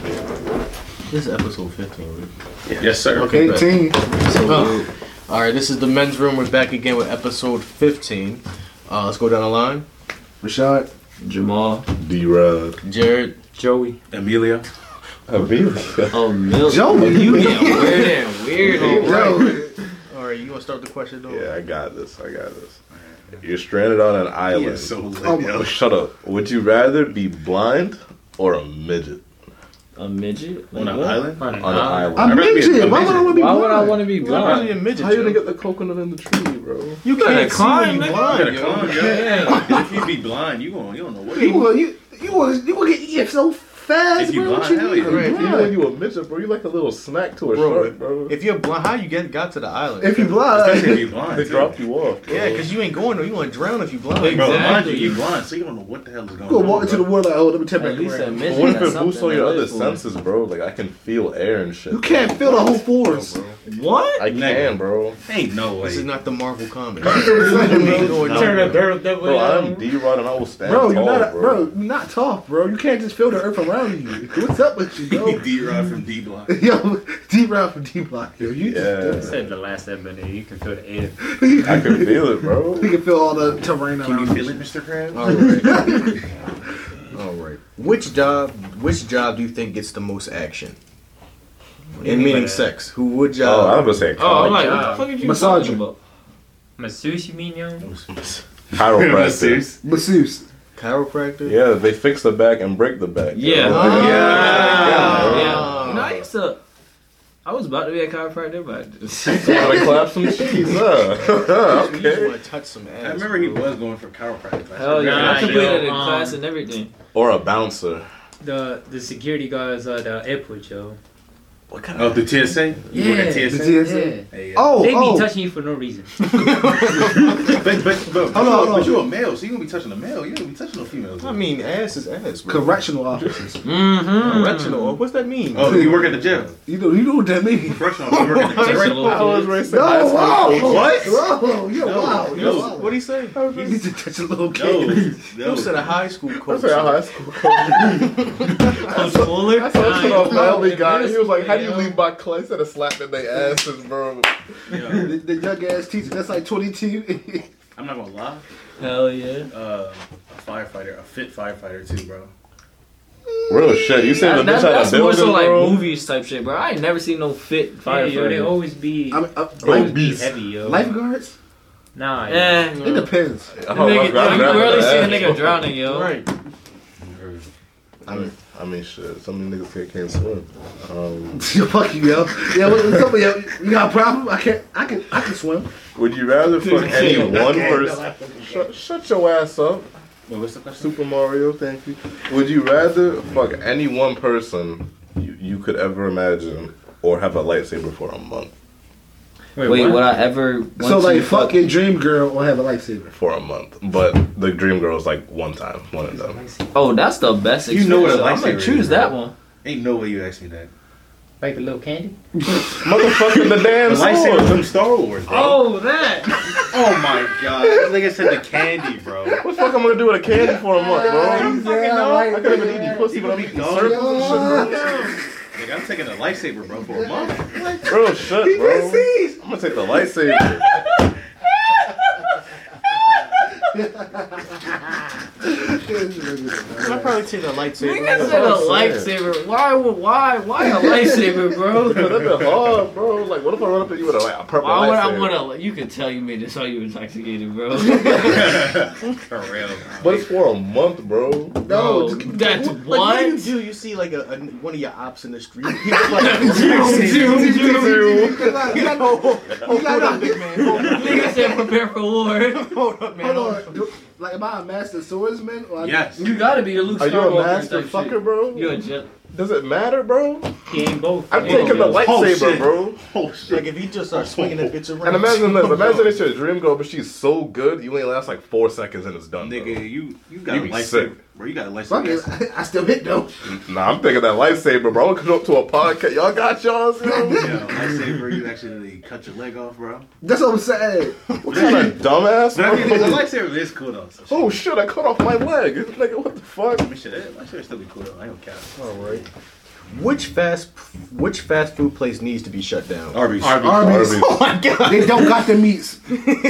This is episode 15. Rick. Yes, sir. Okay, back. 18. So, Oh. all right, this is the men's room. We're back again with episode 15. Uh, let's go down the line. Rashad. Jamal, D Rod. Jared, Joey, Amelia. Amelia. oh Milton, Joey. you damn weird and weird. Bro, all right, you want to start the question though? Yeah, I got this. I got this. You're stranded on an island. oh my- Yo, shut up. Would you rather be blind or a midget? A midget On an what? island? On an on an island. island. I'm I'd rather be a- midget. a Why would I want to be Why would I blind? want to be You're not really blind? a midget. How you gonna Joe. get the coconut in the tree, bro? You gotta can't climb, climb, nigga. you You blind, yo. if you be blind, you going you don't know what You will, you, you will, you will get eaten so fast, If you bro. What blind, hell you yeah. mean? Right, You Blind. like you a midget, bro. You like a little snack to a Bro, shark, bro. If you're blind, how you get got to the island? If you blind, Especially if you blind. they too. drop you off, bro. yeah, because you ain't going nowhere. You want to drown if you blind. Bro, mind Exactly. you, you blind, so you don't know what the hell is going you on. will walk into the bro. world like, oh, let me tap back At least a around. midget. But what if got it boosts something all to your other live for. senses, bro? Like I can feel air and shit. You can't feel the whole force. What? I can, bro. Ain't no way. This is not the Marvel comic. Turn a dirt that way. Bro, I'm down. D Rod and I will stand Bro, you're tall, not, a, bro. bro, you're not tough, bro. You can't just feel the earth around you. What's up with you, bro? D Rod from D Block. Yo, D Rob from D Block, yo. You just, Yeah, Said the last minute, you can feel the air. I can feel it, bro. you can feel all the terrain Can you around feel it, Mr. Krabs? All right. All right. Which job? Which job do you think gets the most action? In meaning sex. Who would Oh, job? I'm just saying. Oh, Oh, I'm like, what the fuck are you Massage talking him. about? Masseuse, you mean, yo? chiropractor. masseuse. chiropractor. Yeah, they fix the back and break the back. Yeah. bro. Oh, Yeah. yeah. You know, I used to. I was about to be a chiropractor, but You wanna clap some cheeks? Huh? You just okay. want to touch some ass. I remember he was going for chiropractic. class. hell yeah, Nah, I completed yo, a um, class and everything. Or a bouncer. The the security guards at the airport, yo. What kind Oh, the TSA? You work at Yeah. The TSA? TSA. Hey, yeah. Oh, They be oh. touching you for no reason. But, but, but, but, Hold on, hold on. but you a male, so you gonna be touching a male. You gonna be touching no females. I mean, ass is ass. Bro. correctional officers. Mm-hmm. Hmm. Correctional. What's that mean? Oh, you work at the gym. You know, you know what that means. Correctional, you work at the gym. No, wow. What? Whoa, you're No, wow. You're no. wow. What do you say? You need to touch a little No, kid. You said no. a high school I coach. was at high school. Coach Fuller? I saw this Nah, little manly guy. He was like, "How do you Yeah. leave my class?" Instead of slapping their asses, bro. Yo, The, the young ass teacher, that's like 22. I'm not gonna lie. Hell yeah. Uh, a firefighter, a fit firefighter too, bro. Real shit. You said the That, bitch had a that's more building, so like bro. movies type shit, bro. I ain't never seen no fit Yeah, yo, they firefighter. always be, I mean, uh, Bro, life, always be beast. heavy, yo. lifeguards? Nah, yo. Eh, It depends. Oh, The nigga, I'm glad you I'm rarely see a glad. nigga drowning, yo. Right. I mean, I mean, shit. Some of these niggas can't, can't swim. Um, Yo, fuck you, yo. Yo, what, what's up with yo? You got a problem? I can't. I can. I can swim. would you rather fuck any one person? Shut, shut your ass up, Well, what's the question? Super Mario. Thank you. Would you rather fuck any one person you, you could ever imagine, or have a lightsaber for a month? Wait, would I ever? want so like, to fuck your dream girl or have a lifesaver. For a month, but the dream girl's like one time, one and done. Oh, that's the best. You know what a experience, so I'm lightsaber gonna is, choose bro. that one. Ain't no way you asked me that. Like a little candy? Motherfucker, the damn The lightsaber sword. from Star Wars, bro. Oh, that! Oh my god. This nigga said the candy, bro. What the fuck I'm gonna do with a candy for a month, bro? I could have been eating pussy, but I'm eating circles and shit, bro. Nigga, I'm taking a lightsaber, bro, for a month. Real shit, bro. I'm gonna take the lightsaber. I probably take a lightsaber. Nigga said a lightsaber. Why? would- Why? Why a lightsaber, Yo, bro? That'd be hard, bro. Like, what if I run up to you with a, like, a purple Why would I lightsaber? want to? You could tell you made this all you intoxicated, bro. For real. bro. But it's for a month, bro. No, Bro, just- that's Like, what do one. you do? You see like a, a one of your ops in the street. Like, You gotta- you hold up, gotta- big man. Hold up, Nigga said prepare for war. Hold up, man. Hold on. Do- Like, am I a master swordsman? Or Yes. You gotta be a Luke Are you a Skywalker master type fucker, shit. bro? You're a jet. Does it matter, bro? He ain't both. I'm Yeah. taking the lightsaber, Oh, shit. bro. Oh Like shit. if he just starts swinging that bitch around. And imagine this. Imagine it's your dream girl, but she's so good, you ain't last like four seconds and it's done. Nigga, you, you got You a be lightsaber. sick. Bro, you got a Fuck it. lightsaber. I still hit though. Bro. Nah, I'm thinking that lightsaber, bro. I'm gonna come up to a podcast. Y'all got y'all's, yo? Yo, lightsaber, you actually cut your leg off, bro. That's what I'm saying. What kind of dumbass? But I mean, the bro? lightsaber is cool though. So shit. Oh shit! I cut off my leg. Nigga, what the fuck? I mean, shit, that lightsaber still be cool though. I don't care. All right. Alright. Which fast which fast food place needs to be shut down? Arby's. Arby's. Arby's. Oh my god. They don't got the meats.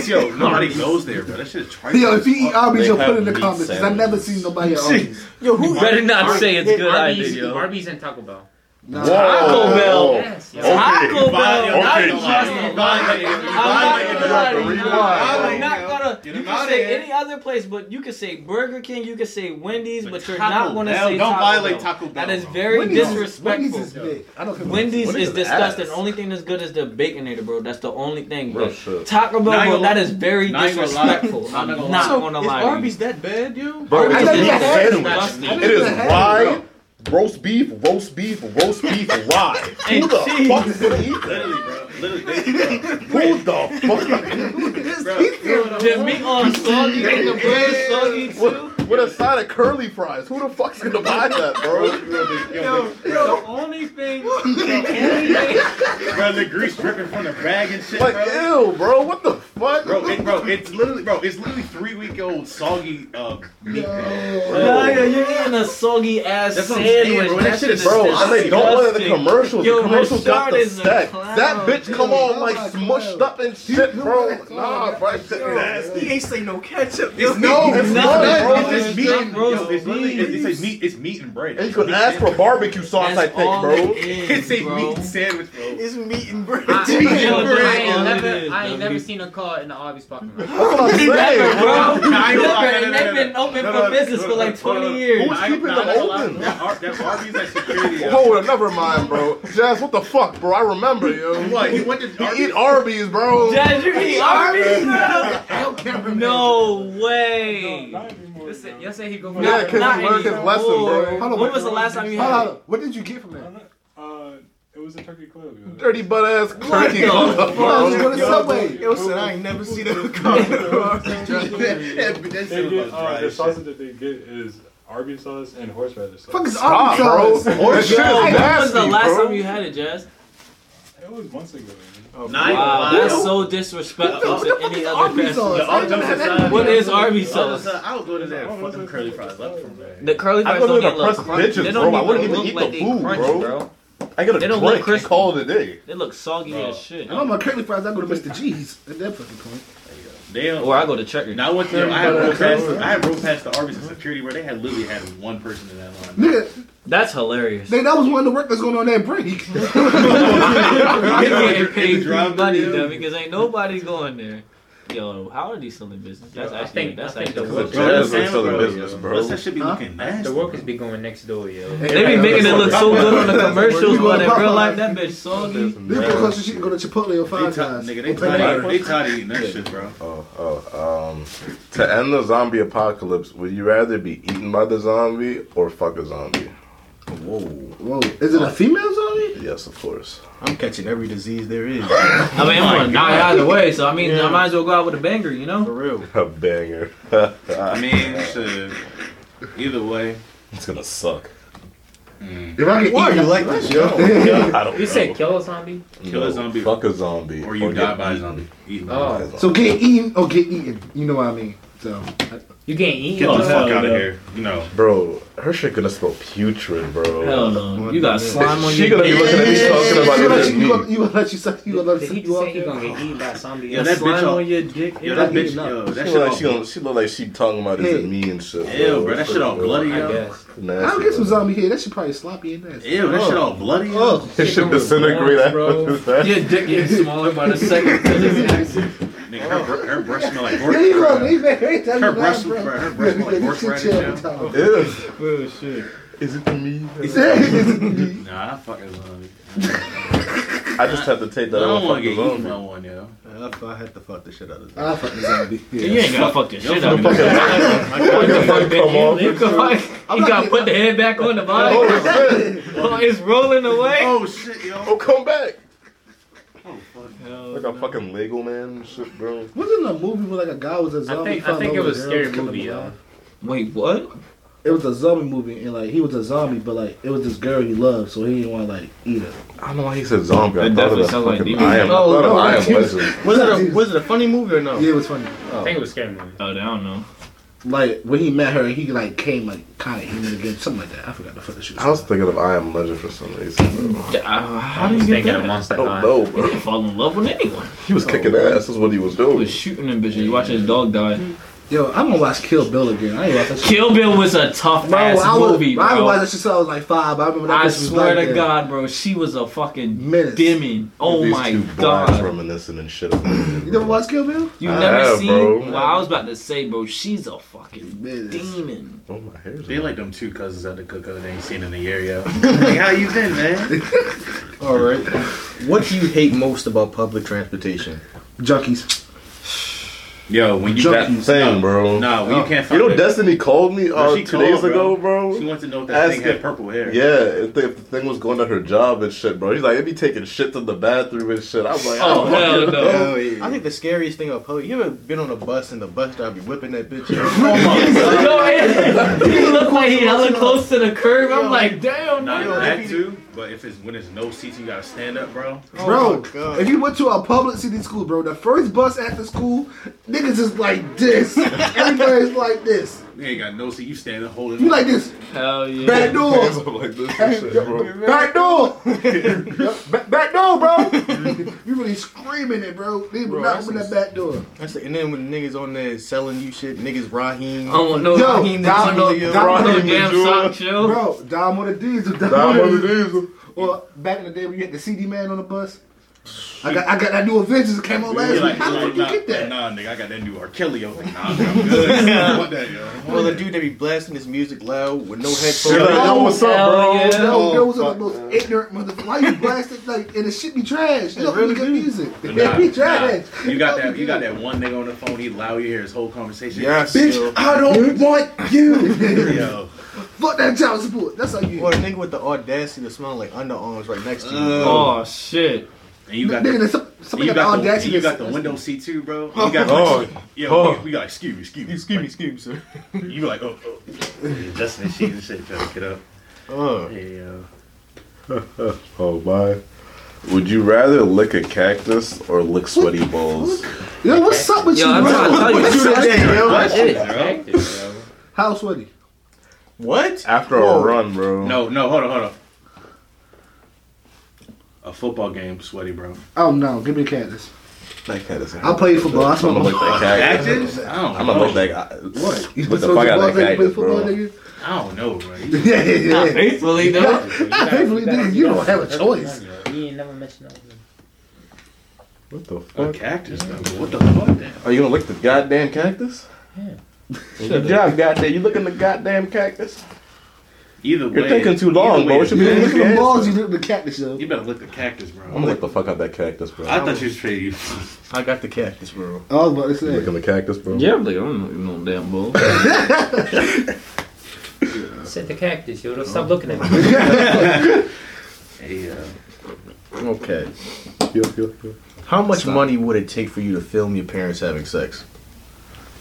Yo, nobody goes there, bro. That shit is trash. Yo, if you eat Arby's, They you'll put have it in the meat comments. 'cause I've never seen nobody at Arby's. Yo, who Better not say it's a good Arby's, idea, yo. Arby's and Taco Bell. Nah. Taco Bell. Yes. yo. Okay. Taco Bell. Okay. I Okay. trust Yeah. it. I'm not I'm gonna not lie. gonna- I'm Rewind. not gonna. Get You him can outta say here. any other place, but you can say Burger King, you can say Wendy's, But but you're Taco not gonna Bell, say don't Taco violate Bell. Taco Bell, That is bro. very Wendy's- Wendy's is disrespectful. big. I don't care what- Wendy's Wendy's is is disgusting. ass. The only thing that's good is the baconator, bro. That's the only thing. Real but shit. Taco Bell, Not bro, gonna- that is very not gonna lie. disrespectful. Not I'm gonna lie. not gonna is lie. to you. Arby's that bad, yo? Bro, I it's thought a you meat had sandwich. Disgusting. I didn't It is even have rye, bro. roast beef, roast beef, roast beef, rye. Who And the cheese. fuck is gonna eat that? Literally, bro. Literally, bro. Who the fuck? The meat on soggy and the bread soggy too. With, with a side of curly fries. Who the fuck's gonna buy that, bro? Yo, The only thing, the only thing bro, the grease dripping from the bag and shit, Like, bro. ew, bro. What the fuck? Bro, it, bro, it's literally, bro, it's literally three week old soggy uh, meat, bro. Nah, yo, you're eating a soggy ass That's what I'm saying, sandwich. bro. That That shit shit is Bro, and they don't let the disgusting. commercials. Yo, the commercials got Rashard the is a stack. clown, That bitch come dude. on like Oh, smushed clown. up and shit, bro. Dude, Nah, bro, that shit nasty. ain't say no ketchup. It's No, meat. it's No, not, bro, bro. It's just it's meat. not and- roast yo, it's literally, it's, beef. it's like meat. It's meat and bread. And you It's could meat ask for sandwich. barbecue sauce, That's I think, all bro. it is, It's a bro. meat sandwich, bro. It's meat and bread. I, Meat and yo, bread. I ain't Oh, it is, never, I ain't bro. never seen a car in the Arby's parking lot. That's what I'm saying, Bro, bro. I ain't gonna lie, and no, no, they've been no, open no, for no, business no, for no, like no, 20 no. years. Who's I- keeping nah, them I ain't gonna open? lie. That Ar- that Arby's at security. uh, Hold up, never mind, bro. Jazz, what the fuck, bro? I remember, yo. What? You went to You Arby's? eat Arby's, bro. Dad, you eat Arby's? cameraman. No way. Listen, y'all say he go. Yeah, 'cause Not he learned his anymore. lesson, bro. Hold on, When wait, was the wait, last time you Hold had on, it? what did you get from that? Uh, it was a turkey club. yo. Dirty butt ass turkey. the I was bro. going to Subway. Yo, son, I ain't never seen that car. Yeah, but that They shit get, was uh, dry the as shit. sausage that they get is uh, Arby's sauce and horseradish sauce. Fuck is Stop, bro. Arby's? That shit is Yo, when was the nasty, last bro. time you had it, Jazz? It was months ago. man. Wow, Nah, that's so disrespectful What the to fuck any is other Arby's person. sauce? I ain't never had that. What is Arby's So, sauce? so I was going to that Oh, fuck them that's- curly fries left from there. The curly I fries go to don't the even look press crunch. bitches, They bro. don't I wouldn't even even look eat like the they food, bro. crunchy, bro. I got a They don't look drink and crispy. call it a day. They look soggy Bro. as shit. I'm on my curly fries. I go to Mr. G's at that fucking point. Damn. Or I go to Checker. Now I went to, I had rolled past, I had rolled past the Arby's and security where they had literally had one person in that line. Nigga, That's hilarious. they, that was one of the work that's going on that break. I'm getting In the paid drive-thru, money yeah. though because ain't nobody going there. Yo, how are they still in business? That's Yo, I actually think- that's I think actually the good. work- Bro, Jazz that is still in sandwich, business, yo. bro. Plus, that should be looking nasty. The workers be going next door, yo. They be making it look so good on the commercials, but in real life that bitch There's soggy. some This nasty- bitch close to shit go to Chipotle or They Five tired, Guys. nigga. They Or Panda tired. Express. They tired of eating that shit, bro. Oh, oh, um, to end the zombie apocalypse, would you rather be eaten by the zombie or fuck a zombie? Whoa. Whoa, is it a female zombie? Yes, of course. I'm catching every disease there is. I mean, I'm gonna die either way, so I mean, I might as well go out with a banger, you For know? real. A banger. I mean, shit. Either way. it's gonna suck. If I get Why are eaten, you like this, yo? Yeah, I don't You know. said kill a zombie? Kill a zombie. Fuck a zombie. Or you die get by a eaten zombie. Eaten by a Oh, by a zombie. so get eaten or get eaten. You know what I mean. So you can't eat. Get Oh, the hell fuck out of no. here. You know. Bro, her shit gonna smell putrid, bro. Hell no, you got slime on She your gonna be dick. looking at me talking about you it let as you, you, gonna- me. you gonna let you suck. You gonna let Did you he suck just you say off. he gonna get eaten by a zombie? Yeah, else? that bitch Slime all- on your dick. Yo, that I need bitch, it now. yo, that She shit look like all. she, gonna, she look like she talking about it as Yeah. me and shit. Ew, bro, that shit all bloody, I yo. guess. Nasty, I'll get some bro. zombie head. That shit probably sloppy in there. Ew, that shit all bloody. Oh, It should disintegrate after Your dick gets smaller by the second. 'cause it's- Nigga, her, br- her breasts smell like there you go. horseradish. Leave it right there. Her breasts, bro, her breasts smell like horseradish. yo. Tom. that. Ew. Real Oh, shit. Is it me? Nah, I fucking love it. I just have to take I that don't over want to get fucking eaten zombie. by one, yo. If Uh, I had to fuck the shit out of I fucking zombie. You Yeah. ain't gotta fuck the shit out of fucking- me. Fucking come off. You not gotta getting- put the head back on the body. Oh shit! Oh, it's rolling away. Oh shit, yo. Oh, come back! Hell Oh. Like a fucking Lego man and shit, bro. Wasn't a movie where like a guy was a I zombie? think I found think out it where was the a girl scary killed movie, him yo. alive. Wait, what? It was a zombie movie, and like he was a zombie, but like it was this girl he loved, so he didn't want to like eat her. I don't know why he said zombie. I That thought of definitely that sounds like fucking demon. I am. I Oh, thought of no, I am Uh, Jesus. Legend. Was it a was it a funny movie or no? Yeah, it was funny. I think it was a scary movie. Oh, I don't know. like when he met her, he like came like kind of human again, something like that. I forgot the fuck the shit. I was thinking of I Am Legend for some reason. Bro. I, I was thinking of Monster I don't High. know, he bro. didn't fall in love with anyone. He Oh, was kicking ass. Is what he was He doing. was shooting him, bitch. You watch his dog die. Yo, I'm gonna watch Kill Bill again. I ain't watch that shit. Kill Bill was a tough Bro, ass I was, movie, bro. I watched I, that shit since I was like five. I remember that bitch was swear like that. to God, bro, she was a fucking Menace. dimming. Oh These my two blondes god. reminiscing and shit. of- You never watched Kill Bill? You I never have, seen? bro. Well, I was about to say, bro, she's a fucking Menace. demon. Oh my hair's. They like them two cousins at the cookout they ain't seen in a year, yo. like, how you been, man? All right. What do you hate most about public transportation? Junkies. Yo, when you that thing, bro. No, when you can't You find know, it. Destiny called me uh, No, two she days called, ago, bro. bro. She wants to know if that Ask thing had it. purple hair. Yeah, if the, if the thing was going at her job and shit, bro. He's like, it be taking shit to the bathroom and shit. I'm like, Oh I don't hell fucking no. I think the scariest thing about public. You ever been on a bus and the bus driver be whipping that bitch? Yo, it- he looked like he hella close to the curb. I'm like, damn, Not bro. that too, but if it's when it's no seats, you gotta stand up, bro. Oh my bro, God. if you went to a public city school, bro, the first bus after school, niggas is like this. Everybody's like this. You ain't got no seat. You standing holding. You like this. Hell yeah. Back door. hands up like this and shit, bro. Back door. back, back door, bro. you really screaming it, bro. They would Bro, not that's open that some- back door. That's it. And then when niggas on there selling you shit, niggas Raheem. I don't know. Yo, Raheem the Dom- Jewel, yo. Dom- Raheem Dom- the damn Jewel. sock show. Bro, Dom on the diesel. Dom, Nah, I'm on the on diesel. the diesel. Or back in the day when you had the CD man on the bus. I got I got that new Avengers that came out last You week. like, How the you like, fuck you nah, get that? Nah, nigga, I got that new R. Kelly. I was like, nah, bro, I'm good. I don't want that, yo. Well, the dude that be blasting his music loud with no You're headphones. like, yo, what's up, Hell bro? yeah. Yo, Oh, those are fuck. the most ignorant motherfuckers. Why you blast it like and the shit be trash? You It don't really really good do. music. But It nah, be nah. trash. You got that. You got that one nigga on the phone. He loud. You hear his whole conversation. Yes. Bitch, yo. I don't want you. Yo. Fuck that child support. That's how you. Or a nigga with the audacity to smell like underarms right next to you. Oh shit. And you got Nigga, the. there's some, and somebody You got, got, the the, and audacity. you got to- the window seat too, bro. You got Oh. like, yeah, Oh. we, we got excuse me, excuse me, Excuse me, excuse me, sir. Like, you like, oh, oh. adjusting the sheet and shit, trying to get up. Oh. Yeah, yo. Oh my. Would you rather lick a cactus or lick sweaty balls? Yo, what's up with Yo, you, I'm bro? trying to tell you, What's shoot up? that Questions, Shit, bro. bro. How sweaty? What? After a Whoa. run, bro. No, no, hold on, hold on. A football game, sweaty, bro. Oh no, give me the cactus. That cactus. I'll play football. I I'm smoke gonna lick that cactus. Cactus? I don't I'm know. gonna lick that guy. What? You What the supposed fuck to out ball of like that you play cactus, football, bro? nigga? I don't know, bro. You- Yeah, yeah, Not yeah. faithfully though. I thankfully, nigga, you don't have a choice. He ain't never mentioned that. What the A fuck? cactus, though. but What the fuck, then? Are you gonna lick the goddamn cactus? Yeah. Good job, goddamn. You licking the goddamn cactus? Either way, You're taking too long, either bro. way, It should be You lick lick the balls, the balls. you lick the cactus, yo. You better lick the cactus, bro. I'm gonna lick the fuck out that cactus, bro. I thought you was trading you. I got the cactus, bro. I was about to say. Licking the cactus, bro. Yeah, I'm like, I don't know no damn bull. Said the cactus, yo. Don't stop looking at me. Hey, uh, Okay. Yo, yo, yo. How much money would it take for you to film your parents having sex?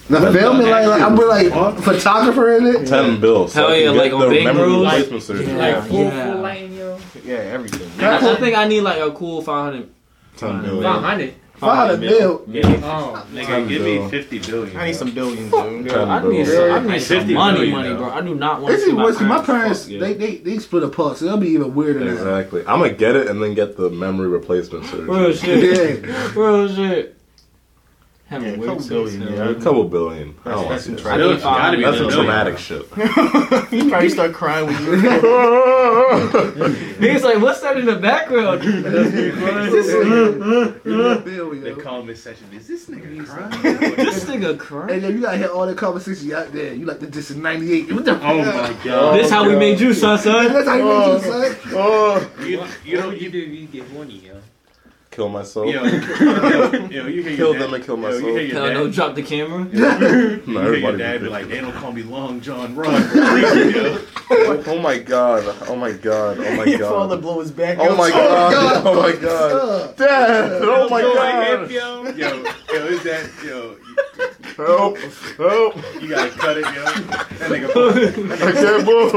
The film, and like, like I'm with, like photographer in it. Ten bills. Hell I yeah, can like get on the Big memory Rules? replacement surgery. Like full, Yeah. full lighting, yo. Yeah, everything. I, I think I need like a cool 500. Ten Wow. billion. Wow, honey. Five hundred mil. Yeah. Oh, nigga, give bill. me fifty billion. I need bro. some billions, dude. Girl, I need Bro. some, I need some 50 money, million, money, though. bro. I do not want to It's see even my worse parents. because my parents, fuck, yeah. they, they they split apart, so they'll be even weirder than that. Exactly. I'm gonna get it and then get the memory replacement Real surgery. shit. Real shit. Having Yeah, weird couple sex, billion, though. yeah. A couple billion. I don't want That's, to that's, see that's, I Bill, need it's gotta five be that. the That's some billion. traumatic shit. you probably start crying when you He's like, what's that in the background? Real deal, yo. The comment section is this nigga crying? this nigga crying. And yo, you gotta hear all that conversation out there. You like the diss in '98. What the? oh fuck? my god! This how we made you, son, son. That's how you make you say. Oh. You, you know you do if you get horny, yo? Kill myself. yo, yo, yo, you hear Kill your them dad, and kill yo, you hear myself. your Hell dad, no, drop the camera. No, you hear your everybody dad be be like, they don't call me Long John Run. Please, yo. Oh oh my god. Oh my god. Oh my father god. blow his back Oh up. my god. Oh my god. Uh, Dad. Oh my Yo, god. like, yo, yo, yo, is that yo? Help. Help. You, you gotta cut it, yo. That nigga, I can't move.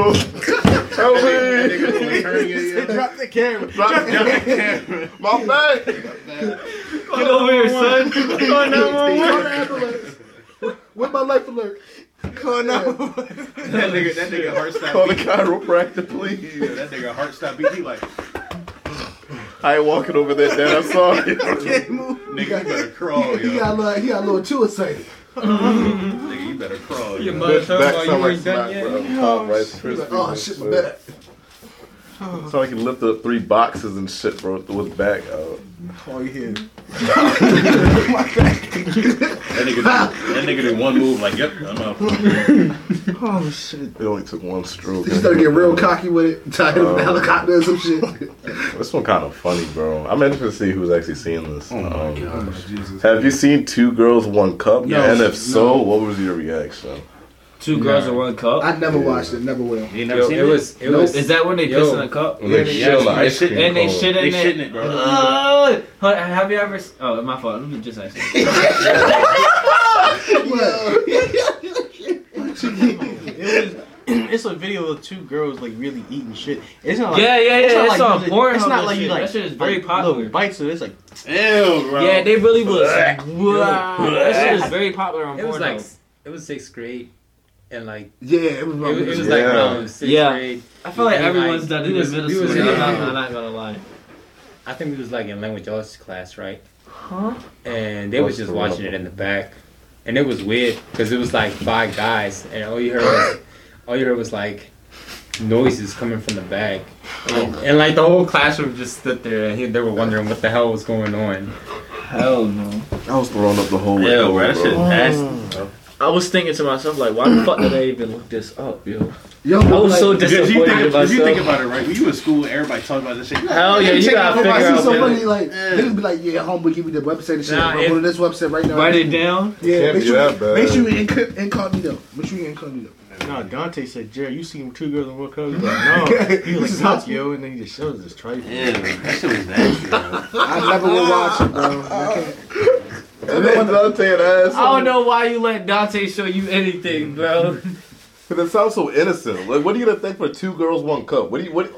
Help that me. nigga fully turning it, yo. Drop the camera. Drop the camera. My back. Get over here, son. uh, call the ambulance. With my life alert. Calling out. That nigga, that nigga heart Call stopped. the chiropractor, please. beating. That nigga heart stopped. beating. He like, I ain't walking over there, Dad. I'm sorry. Can't move. nigga, you better crawl, He yo. got a little, he got a little too excited. Nigga, you better crawl. Your yo. mother talking about you ain't done smack, yet. bro. Pop Rice He was like, Krispies oh and shit, my bad. So I can lift up three boxes and shit, bro, with back uh, out. Oh, you hear? That nigga, that nigga did one move. Like, yep, I'm out. Oh shit. It only took one stroke. He started getting real cocky with it, tied him in a helicopter or some shit. This one kind of funny, bro. I'm interested to see who's actually seeing Oh this. Um, Jesus. Have you seen Two Girls, One Cup? No. and if so, what was your reaction? Two girls in one cup. I never watched it, never will. You ain't never Yo, seen it was. It Nope. was. Is that when they piss Yo. in a cup? When they Yeah, shit on the they ice shit- cream And they cone. shit They in shitting it. it, bro. Oh, hold- have you ever? s- Oh, my fault. Let me just ask. You. It was. It's a video of two girls like really eating shit. It's not like Yeah, yeah, yeah. It's, not on you- Pornhub. It's not and like you shit. like that shit is very like, popular. Little bites of it. It's like Ew, bro. Yeah, they really was. wow, that shit is very popular on It was Pornhub. like it was sixth grade, and like Yeah, it was my it was, it was Yeah. like around sixth Yeah. grade. I feel like we everyone's like- done it we in was- middle we was school. in- I'm not- I'm not gonna lie. I think we was like in language arts class, right? Huh? And they was just watching it in the back, and it was weird because it was like five guys, and all you heard was all you heard was like noises coming from the back, and, Oh. and like the whole classroom just stood there, and he, they were wondering what the hell was going on. Hell no. I was throwing up the whole Ew, way. bro. bro. That shit Mm. nasty, bro. I was thinking to myself like, why the fuck did I even look this up, yo? Yo, I was like, so Did you, disappointed think, in did you think myself. about it right? When you in school, everybody talking about this shit. Hell yeah, you gotta I figure see out. so what- many like niggas be like, yeah, homeboy, give me the website and shit. Nah, I'm if- going to this website right now. Write it down. Yeah, Can't make be sure, that bad. make sure you inc- incognito. Make sure you incognito. No, Dante said, Jerry, you seen two girls in one cup? He's like, no. He was This is like, how- "Fuck, yo, and then he just showed us this trifle. Ew, that shit was nasty, bro. I never will watch it, bro. I can't. And then Dante and ass. I don't know why you let Dante show you anything, bro. Because it sounds so innocent. Like, what are you gonna think for two girls, one cup? What do you what?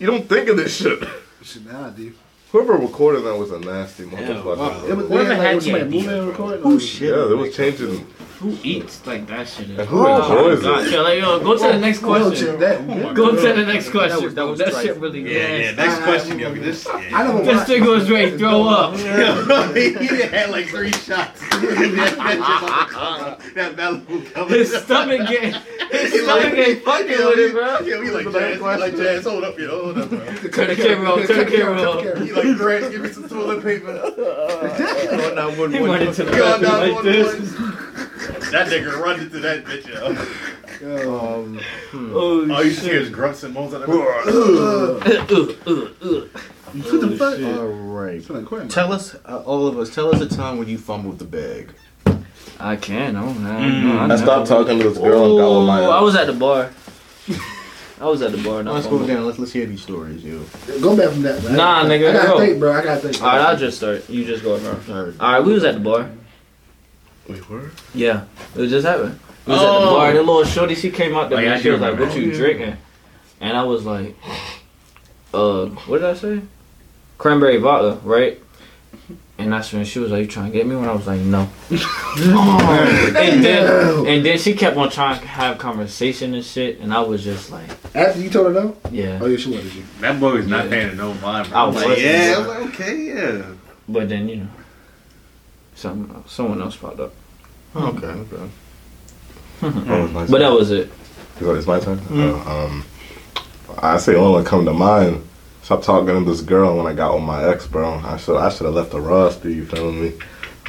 You don't think of this shit. Shit, nah, I do. Whoever recorded that was a nasty motherfucker. Wow. It was, Whoever they had, like, had was the somebody idea, moving and recording. Oh, Yeah, shit. they was changing. Who eats like that shit? Oh And who enjoys God, it? yo, like, yo, go to the next Well, shit, question. that- Go to the next question. That, was- that was that shit trifling. really Yeah, yeah. nasty. Next question, yo. This, I yeah. never This watched thing was ready to throw up. he had like three shots. that Malibu coming. His stomach get his stomach ain't fucking Yo, with we- it, bro. Yo, we like jazz. We like jazz. Hold up, yo. Hold up, bro. Turn the camera off. Turn the camera off. He like, Grant, give me some toilet paper. Oh, no, one, He one. went into the Yo, bathroom nah, like one, this. That nigga run into that bitch, yo. Um, All Oh you just hear shit. is grunts and moans. Uh, What the fuck? all right. It's like, quit. Tell us, uh, all of us, tell us a time when you fumbled the bag. I can. I don't know. I stopped talking to this girl and got on my. Mm. I was at the bar. I was at the bar. and I Let's go fumbled. down. Let's let's hear these stories, yo. Go back from that. bro. Nah, nigga, I gotta go. think, bro. I gotta think. All right, I'll just start. You just go, bro. All right. All right, we was at the bar. Wait, where? Yeah, it just happened. We was at the Oh. bar. The little shorty, she came out there. Oh, yeah, and I she do was like, remember "What you drinking?" And I was like, "Uh, what did I say? Cranberry vodka, right?" And that's when she was like, "You trying to get me?" When I was like, "No." and then and then she kept on trying to have conversation and shit, and I was just like, After you told her no? "Yeah." Oh, yeah, she wanted you. That boy was not Yeah. paying no mind. bro. I I'm like, wasn't, yeah, Oh, yeah, I bro. was like, okay, yeah. But then you know, something else, someone else popped up. Okay, okay. Oh, it's my But that was it. So it's my turn. Uh, um, I say only one that come to mind. Stop talking to this girl when I got with my ex, bro. I should I should have left the roster. You feel me?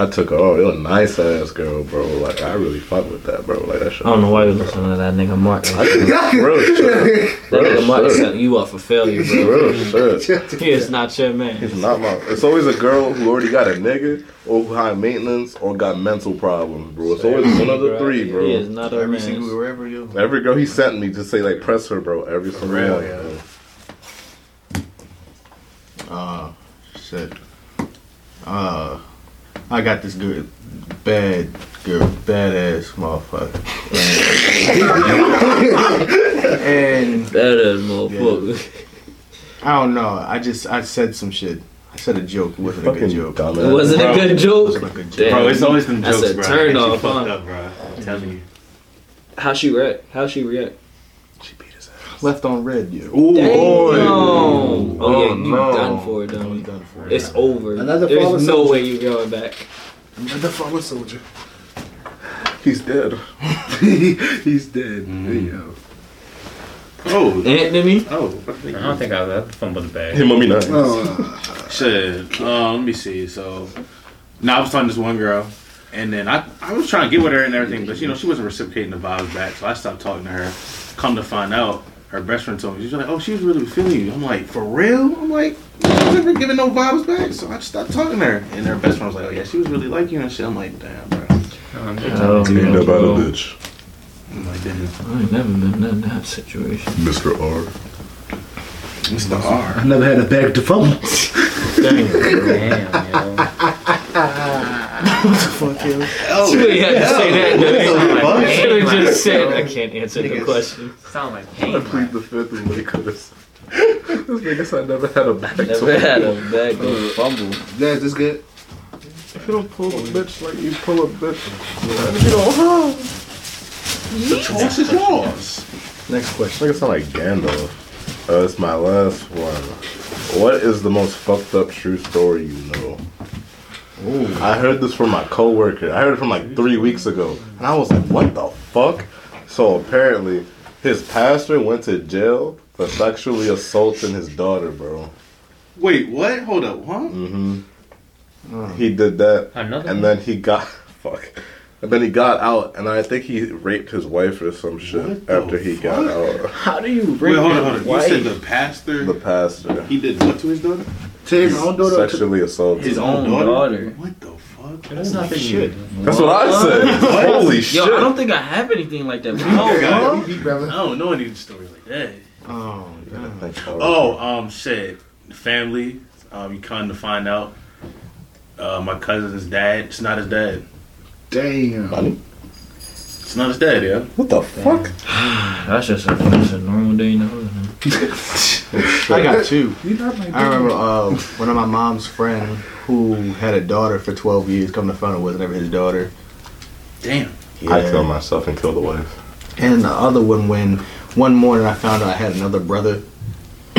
I took her. Oh, you're a nice ass girl, bro. Like I really fuck with that, bro. Like that shit. I don't know why you listening to that nigga Mark. I That think it's real shit. nigga Mark Real shit. set you up for failure, bro. Real shit. He is not your man. It's not my. It's always a girl who already got a nigga or who high maintenance or got mental problems, bro. It's always one of the three, He is bro. not our Every man. single wherever you. Every girl he sent me just say like press her, bro. Every single real, one. yeah. bro. Uh, shit. Uh, I got this girl, bad girl, badass motherfucker. and, and That is motherfucker. I don't know. I just I said some shit. I said a joke. It wasn't a Fucking good joke. dumbass. Was it Bro. a good It joke? wasn't a good joke. Damn. Bro, it's always them That's jokes, a bro. turn Turn off, off, huh? up, bro. I'm telling you. How she react? How she react? Left on red, yeah. Ooh, Dang. boy. Oh, Oh, yeah, you no. done for, Oh, he's dummy. done for. It's over. Another fallen There's no soldier. way you're going back. Another fallen soldier. He's dead. Mm. He's dead. Oh, Anthony, oh. I Uh-huh. don't think I've ever fumbled the bag. Hit mommy nine. There you go. Oh, Shit. Uh, let me see. So, now I was talking to this one girl, and then I, I was trying to get with her and everything, but you know she wasn't reciprocating the vibes back, so I stopped talking to her. Come to find out, her best friend told me she's like, "Oh, she was really feeling you." I'm like, "For real?" I'm like, "She's never giving no vibes back," so I just stopped talking to her. And her best friend was like, "Oh yeah, she was really liking you and shit." I'm like, "Damn, bro." Um, Oh, You man. know about a bitch, I'm like, "Damn, I ain't never been in that situation. Mr. R. it's the R." I never had a bag to fumble. Damn, yo. Oh, You ain't had to say that. What? You should have just said, I can't answer the question. Sound like pain. I plead the fifth and wake up. This nigga said I never had a back Never to had a bag of fumble. Guys, this good. If you don't pull a bitch like you pull a bitch, if you don't huh? Toss is yours. Next question. Nigga sound like Gandalf. Uh, that's my last one. What is the most fucked up true story you know? I heard this from my coworker. I heard it from like three weeks ago, and I was like, "What the fuck?" So apparently, his pastor went to jail for sexually assaulting his daughter, bro. Wait, what? Hold up, huh? He did that, Another and one? then he got fuck. And then he got out, and I think he raped his wife or some shit What the after he got out. How do you Wait, bring hold on, hold on. You Why? said the pastor. The pastor he did what to his daughter? Take my own daughter. to- sexually assaulted. His own daughter. What the fuck? That's not shit. shit. That's what I said. Holy Yo, shit. I don't think I have anything like that. Oh, No, God. You beat, brother. I don't know any stories like that. Oh, God. uh, Oh, um, shit. Family. Um, you come to find out. Uh, my cousin's dad. It's not his dad. Damn. It's not his dad, yeah. What the fuck? That's just a, that's a normal day in the hood. man. I got two. You not my I remember uh, one of my mom's friend who had a daughter for 12 years. Come to find out, it was never his daughter. Damn. I killed myself and killed the wife. And the other one, when one morning I found out I had another brother.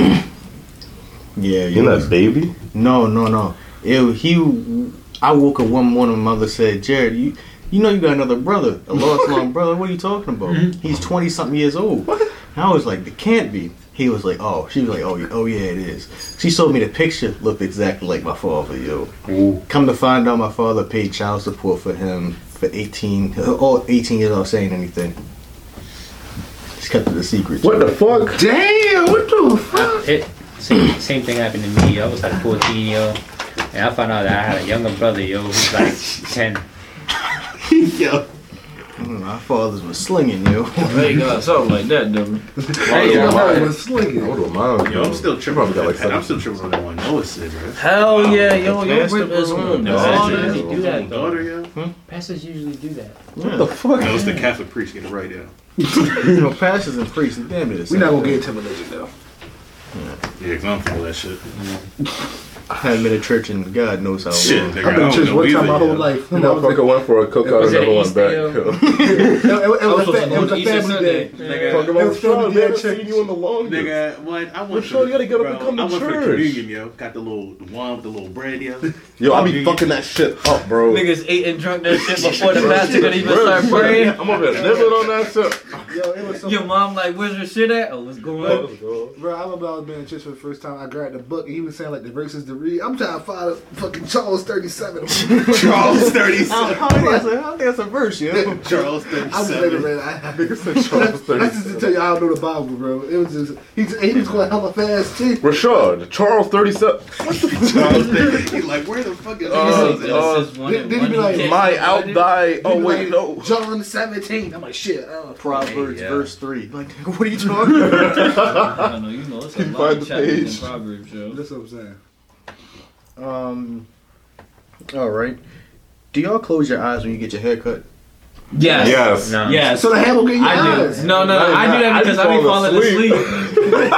yeah, You you know that baby? No, no, no. It, he, I woke up one morning. My mother said, "Jared, you, you know you got another brother, a lost long brother. What are you talking about? Mm-hmm. He's twenty something years old." And I was like, "It can't be." He was like, "Oh," she was like, "Oh, yeah, oh yeah, it is." She showed me the picture. Looked exactly like my father, yo. Come to find out, my father paid child support for him for eighteen, oh, 18 years without saying anything. He's kept it a secret. yo. fuck? Damn, what the fuck? It, same, same thing happened to me. I was like 14, yo. And I found out that I had a younger brother, yo, who's like 10. Yo. Mm, My fathers was slinging, yo. Hey, God, something like that, dummy. Hey, yo, I I'm- was slinging. What was mine? yo, I'm still tripping on got that. like Pat. I'm seven. still tripping on that one. No, it's it, bro. Hell yeah, yo, yo, That's the rip this problem. one. That's it. Pastors usually dog. do that, though. Daughter, yeah. Pastors usually do that. Yeah. What the fuck? No, it's the Catholic priest. Get it right, yeah. you know, pastors and priests, damn it. We're not gonna get into religion though. Yeah, cause I don't follow that shit. I haven't been to church and God knows how long. Shit, nigga. I've been I to don't church know one time either, my whole yeah. life. And I was like- Motherfucker went for a cookout, Was it another an one East back. Hill? yo. No, it, it was, was a fa- supposed to it was a go to Easter family day. Sunday. Nigga, Talking It about was from Sean, the man, I church. seen you in the longest. Nigga, what? I Well, went sure, you gotta get up and bro, come to I went for church. communion, yo. Got the little the wine with the little bread, yo. Yo, I be Dude. fucking that shit up, bro. Niggas ate and drunk that shit before the pastor could even Real start shit. praying. I'm over there nibbling on that shit. Yo, it was so. Your mom like, where's your shit at? Oh, what's going on? Bro, I remember I was being in church for the first time. I grabbed the book and he was saying like the verses to read. I'm trying to find a fucking Charles 37. Charles thirty I seven. don't think that's a- I don't think that's a verse, yo. Charles I thirty was later, seven. man. I, Nigga said that's just Charles to 37. tell you, I don't know the Bible, bro. It was just he, just, he was going hella fast too. Rashad, Charles 37. Charles Dickens. like, where the fuck is Oh, Uh, Charles? uh, This is one did- and did he one be like, can't My be out die. divided? Oh, He was wait, like, no. John 17. I'm like shit. Oh. Proverbs Hey, yeah. verse three. Like, what are you talking about? I don't know, you know, it's a Find lot of the chapters page. in Proverbs, yo. That's what I'm saying. um. All right. Do y'all close your eyes when you get your hair cut? Yes. Yes. No. Yes. So the hand will get your I eyes. do. No, no, no. No, I do I that because just I be fall falling asleep. asleep.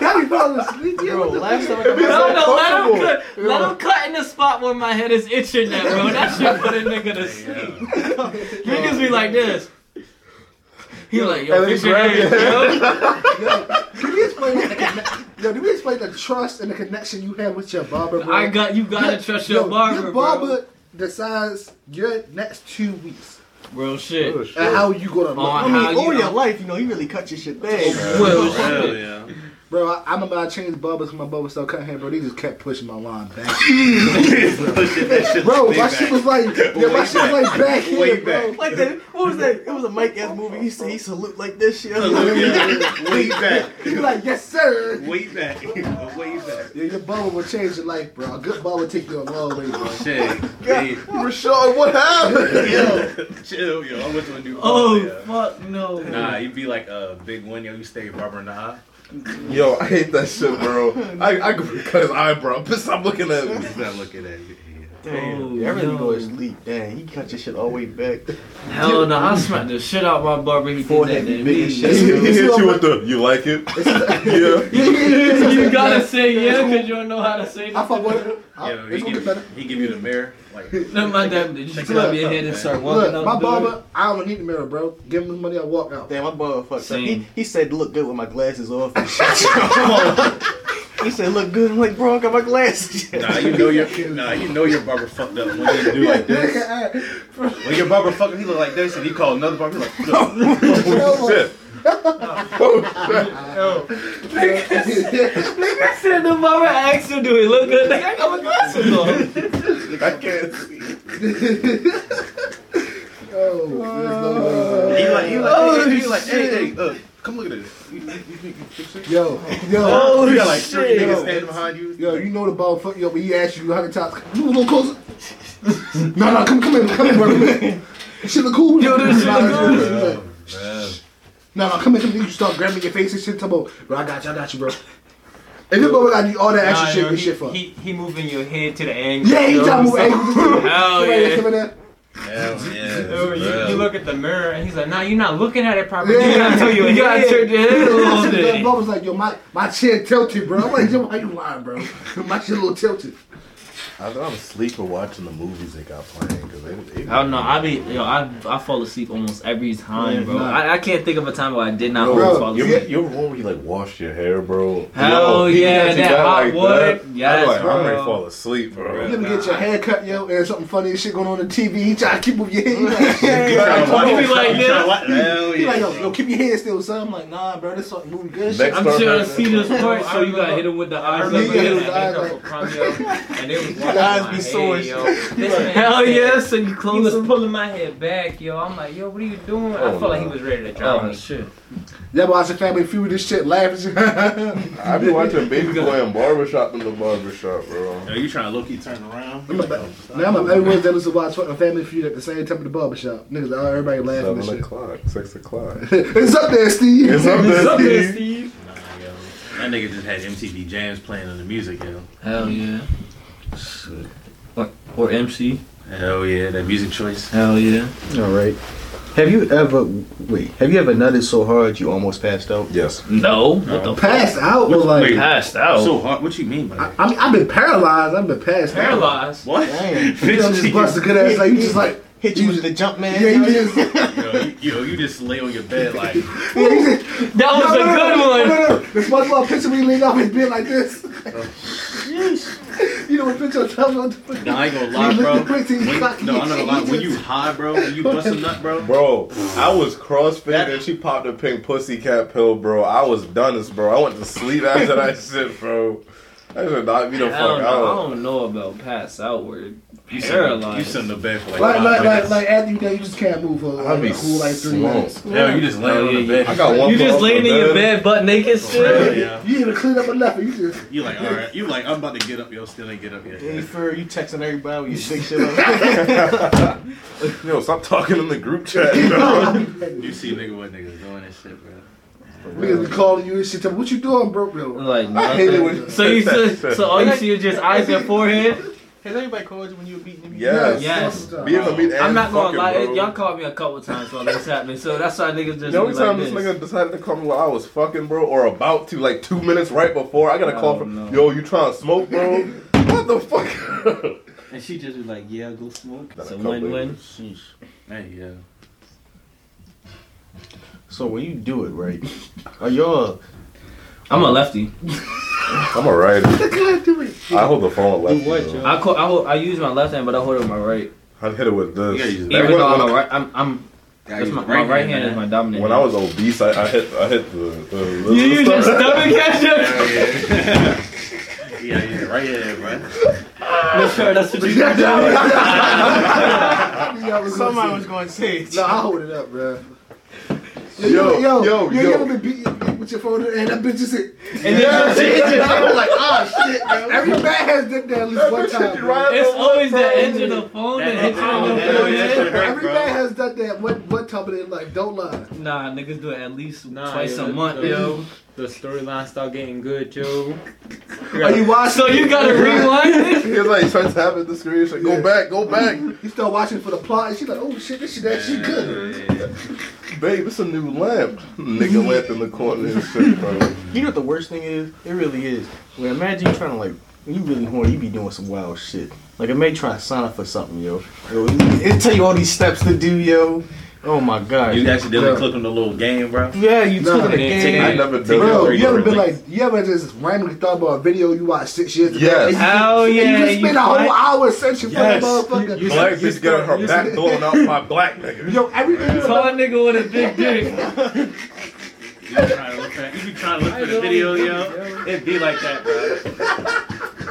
How you falling asleep? Yeah, Bro, what the- last time I got my No, no, let him comfortable. cut. Let him cut in the spot where my head is itching at, bro. That shit put a nigga to sleep. Niggas be like this. He like, And yo, then he fix your grabbed hands, your yo. Yo, did we explain the conne- Yo, did we explain the trust and the connection you had with your barber, bro? I got you. Gotta Yeah, trust yo, your barber, Your bro. barber decides your next two weeks Real shit. Oh, and shit. how you gonna look. Oh, I mean, How you all your know? life, you know, you really cut your shit bad. Well, Hell shit. yeah. Bro, I, I remember I changed barbers when my barber started cutting hair, bro. They just kept pushing my line back. Pushing that shit Bro, way my back. shit was like, yeah, my shit was like back here, Way bro. back. Like that, what was that? It was a Mike F movie. He used to, he used to look like this shit. Yeah, Way back. He was like, yes, sir. Way back. Way back. Yeah, your barber will change your life, bro. A good barber will take you a long way, bro. Shit. Hey, Rashawn, what happened? Yo, chill, yo. I went to a new Oh barber, yeah. fuck no. Oh, Nah, you be like a big one, yo. You stay barber in the eye. Yo, I hate that shit, bro. I, I could cut his eyebrow. But stop looking at me. He's not looking at you. Yeah. Damn, Oh, everything no. goes leak. Damn, he cut your shit all the way back. Hell no. I smacked the shit out my barber. He Forehead did that to big me. as He, shit. he hit you with the, you like it? yeah. you gotta say yeah because you don't know how to say I that. fuck with it. I- Yo, he, It's gonna give, get better. he give you the mirror. Like, Then my dad did just grab your head and start walking Look, out my the door. barber, I don't need the mirror, bro. Give him his money, I walk out. Damn, my motherfucker. So Same. he, he said look good with my glasses off. and shit. he said look good. I'm like, bro, I got my glasses. nah, you know your nah, you know your barber fucked up when you do like this. When your barber fucking, he look like this, and he call another barber, he like, "Look, Oh, shit. I said the barber asked him, do it look good? Like, I got my glasses on. I can't see. Yo, he like, he like, Oh, hey, hey, he like, hey, hey, look, come look at this. yo, yo, Oh, you got like three shit. niggas standing behind you. yo, you know the ball fuck you up, but he asked you how many times. Move a little closer. no, no, come, come in, come in, bro. Come in. Shit look cool. Yo, this shit look cool. He's like, No, no, come in, come in. You start grabbing your face and shit. Talk about, bro, I got you, I got you, bro. And this bro got you all that extra shit, good shit for. he, he moving your head to the angle. yeah, he yo, trying to move so- angles. Hell Somebody Oh, yeah. come in there. Hell yeah, Yo, You, you bro. look at the mirror and he's like, nah, you're not looking at it properly. Yeah. You gotta turn your You gotta head. turn head a That's what the bro was like, yo, my, my chin tilted, bro. I'm like, yo, why you lying, bro? My shit a little tilted. I thought I was asleep or watching the movies they got playing. Cause they, they, I don't know. I be yo. I I fall asleep almost every time, bro. nah. I, I can't think of a time where I did Bro, not almost Bro, fall You asleep. ever, you ever remember when you like washed your hair, bro? Hell people yeah, you that got hot water. that, I'm Yes, like, I'm ready bro. to fall asleep, bro. You ever get your hair cut, yo, and something funny and shit going on the TV. He try to keep up your head. He like, You tryna watch- You be like, you tryna watch- Hell he like, yeah. yo, yo, keep your head still, son. I'm like, nah, bro, this fucking movie good. Shit. Next I'm door sure I neighbor- see this part, so you gotta hit him with the eyes. remember Like, you you hit hit him with and they was watching The eyes my be head, sore as yo. This man Hell said- yeah, so you He close was them. pulling my head back, yo. I'm like, yo, what are you doing? I Oh, felt like he no. was ready to drown me. shit. Y'all watching Family Feud, this shit laughing. shit. I be watching Baby Boy in barbershop in the barbershop, bro. Yo, you trying to low key turn around? I'm like, now I'm up every Wednesday listen to watch fucking Family Feud at the same time at the barbershop. Niggas, all everybody laughing and Seven shit. o'clock, six o'clock. it's up there, Steve. It's up there, Steve. Nah, yo. That nigga just had MTV Jams playing on the music, yo. Hell yeah. Or, or MC. Hell yeah, that music choice. Hell yeah. all right. Have you ever wait? Have you ever nutted so hard you almost passed out? Yes. No. What the fuck? Passed out or like, Wait, Passed out. so hard. What you mean by I, that? I mean, I've been paralyzed. I've been passed out. Paralyzed. What? Damn. You know, just bust a good ass. Like, you just like, Hit you with the jump man. yeah, you just. Yo, you, yo, you just lay on your bed like. That was no, a good one. No, no, no. The SpongeBob picture we leaned off his bed like this. you know when picture tells on the Nah, I ain't gonna lie, bro. When- When, no, I'm not gonna lie. When you high, bro, when you bust a nut, bro. Bro, I was crossfit and she popped a pink pussycat pill, bro. I was done as bro. I went to sleep after that shit, bro. That should knock me the Hell fuck no, I out. don't know about pass out word. You Paralyzed. You sitting in the bed for like, Like, five like, like, minutes. like, after you done, you just can't move for I'd like, be a cool like three smoked. minutes. Hell, you just laying on the bed. I got one. You just foot laying up in the your bed butt naked Hell still? yeah. You even clean up enough, and you just You like, all right. You like, I'm about to get up. Yo, still ain't get up yet. Hey, Fur, you texting everybody with your big shit up. Yo, stop talking in the group chat, bro. You see, nigga, what niggas doing that shit, bro? niggas be calling you and shit. Tell me, what you doing, bro? bro? Like I hate it nothing. when So you so, so all you see is just eyes and forehead? Has anybody called you when you were beating me? Yes. Yes. Be in the meet I'm and not gonna fucking, lie, bro. y'all called me a couple times while this happened, so that's why niggas just The only be time like this nigga decided to call me while I was fucking, bro, or about to, like two minutes right before, I got a Oh, call from, no. yo, you trying to smoke, bro? what the fuck? And she just was like, yeah, go smoke. Got a So couple win win. Hey, yeah. So when you do it, right? Are y'all? I'm a lefty. I'm alright. The guy do it. I hold the phone left. what, though. Joe? I co- I, hold, I use my left hand, but I hold it with my right. I'd hit it with this. You gotta use the Like, Even when, though I'm when a right, I'm, I'm that's my, my right hand is my dominant. when I was obese, I, I hit I hit the. the, the you use the- your stomach catcher. Yeah, yeah, yeah, right here, bro. That's what you. Yeah, I was gonna Somebody say- was going to say it. No, I hold it up, bro. Yo, yo, Yo, yo, yo, yo, yo. you ever been beat with your phone and that bitch just hit. And then I was like, ah, shit, bro. Every man has done that at least one time. Bro. it's always that edge of the phone that, That hits you on the edge of the forehead. phone. Right, Every bro. man has done that one, one time in their life. Don't lie. Nah, niggas do it at least Nah, twice yo, a month, yo. yo. The storyline start getting good, Joe. Are you watching? So you gotta rewind it. It's like he starts tapping the screen. He's like, go Yeah. back, go back, You start watching for the plot, and she's like, oh shit, this shit actually good. babe. It's a new lamp, nigga lamp in the corner and shit, bro. You know what the worst thing is? It really is. Well, imagine you trying to like, when you really horny, you be doing some wild shit. Like, I may try to sign up for something, yo. Yo, It tell you all these steps to do, yo. Oh my god. You accidentally Bro. click on the little game, bro. yeah, you Nah, took it it ain't taking I again. never done that. Bro, Bro, you ever been relax. like, you ever just randomly thought about a video you watched six years ago? Yes. and you- Hell and yeah, You just you spent a whole fight. hour searching Yes. for the motherfucker. Black bitch got her back blown out by black nigga. Yo, everything. Tall nigga with a big dick. You be trying to look at- you be trying to look for the video, yo. It be like that, bro.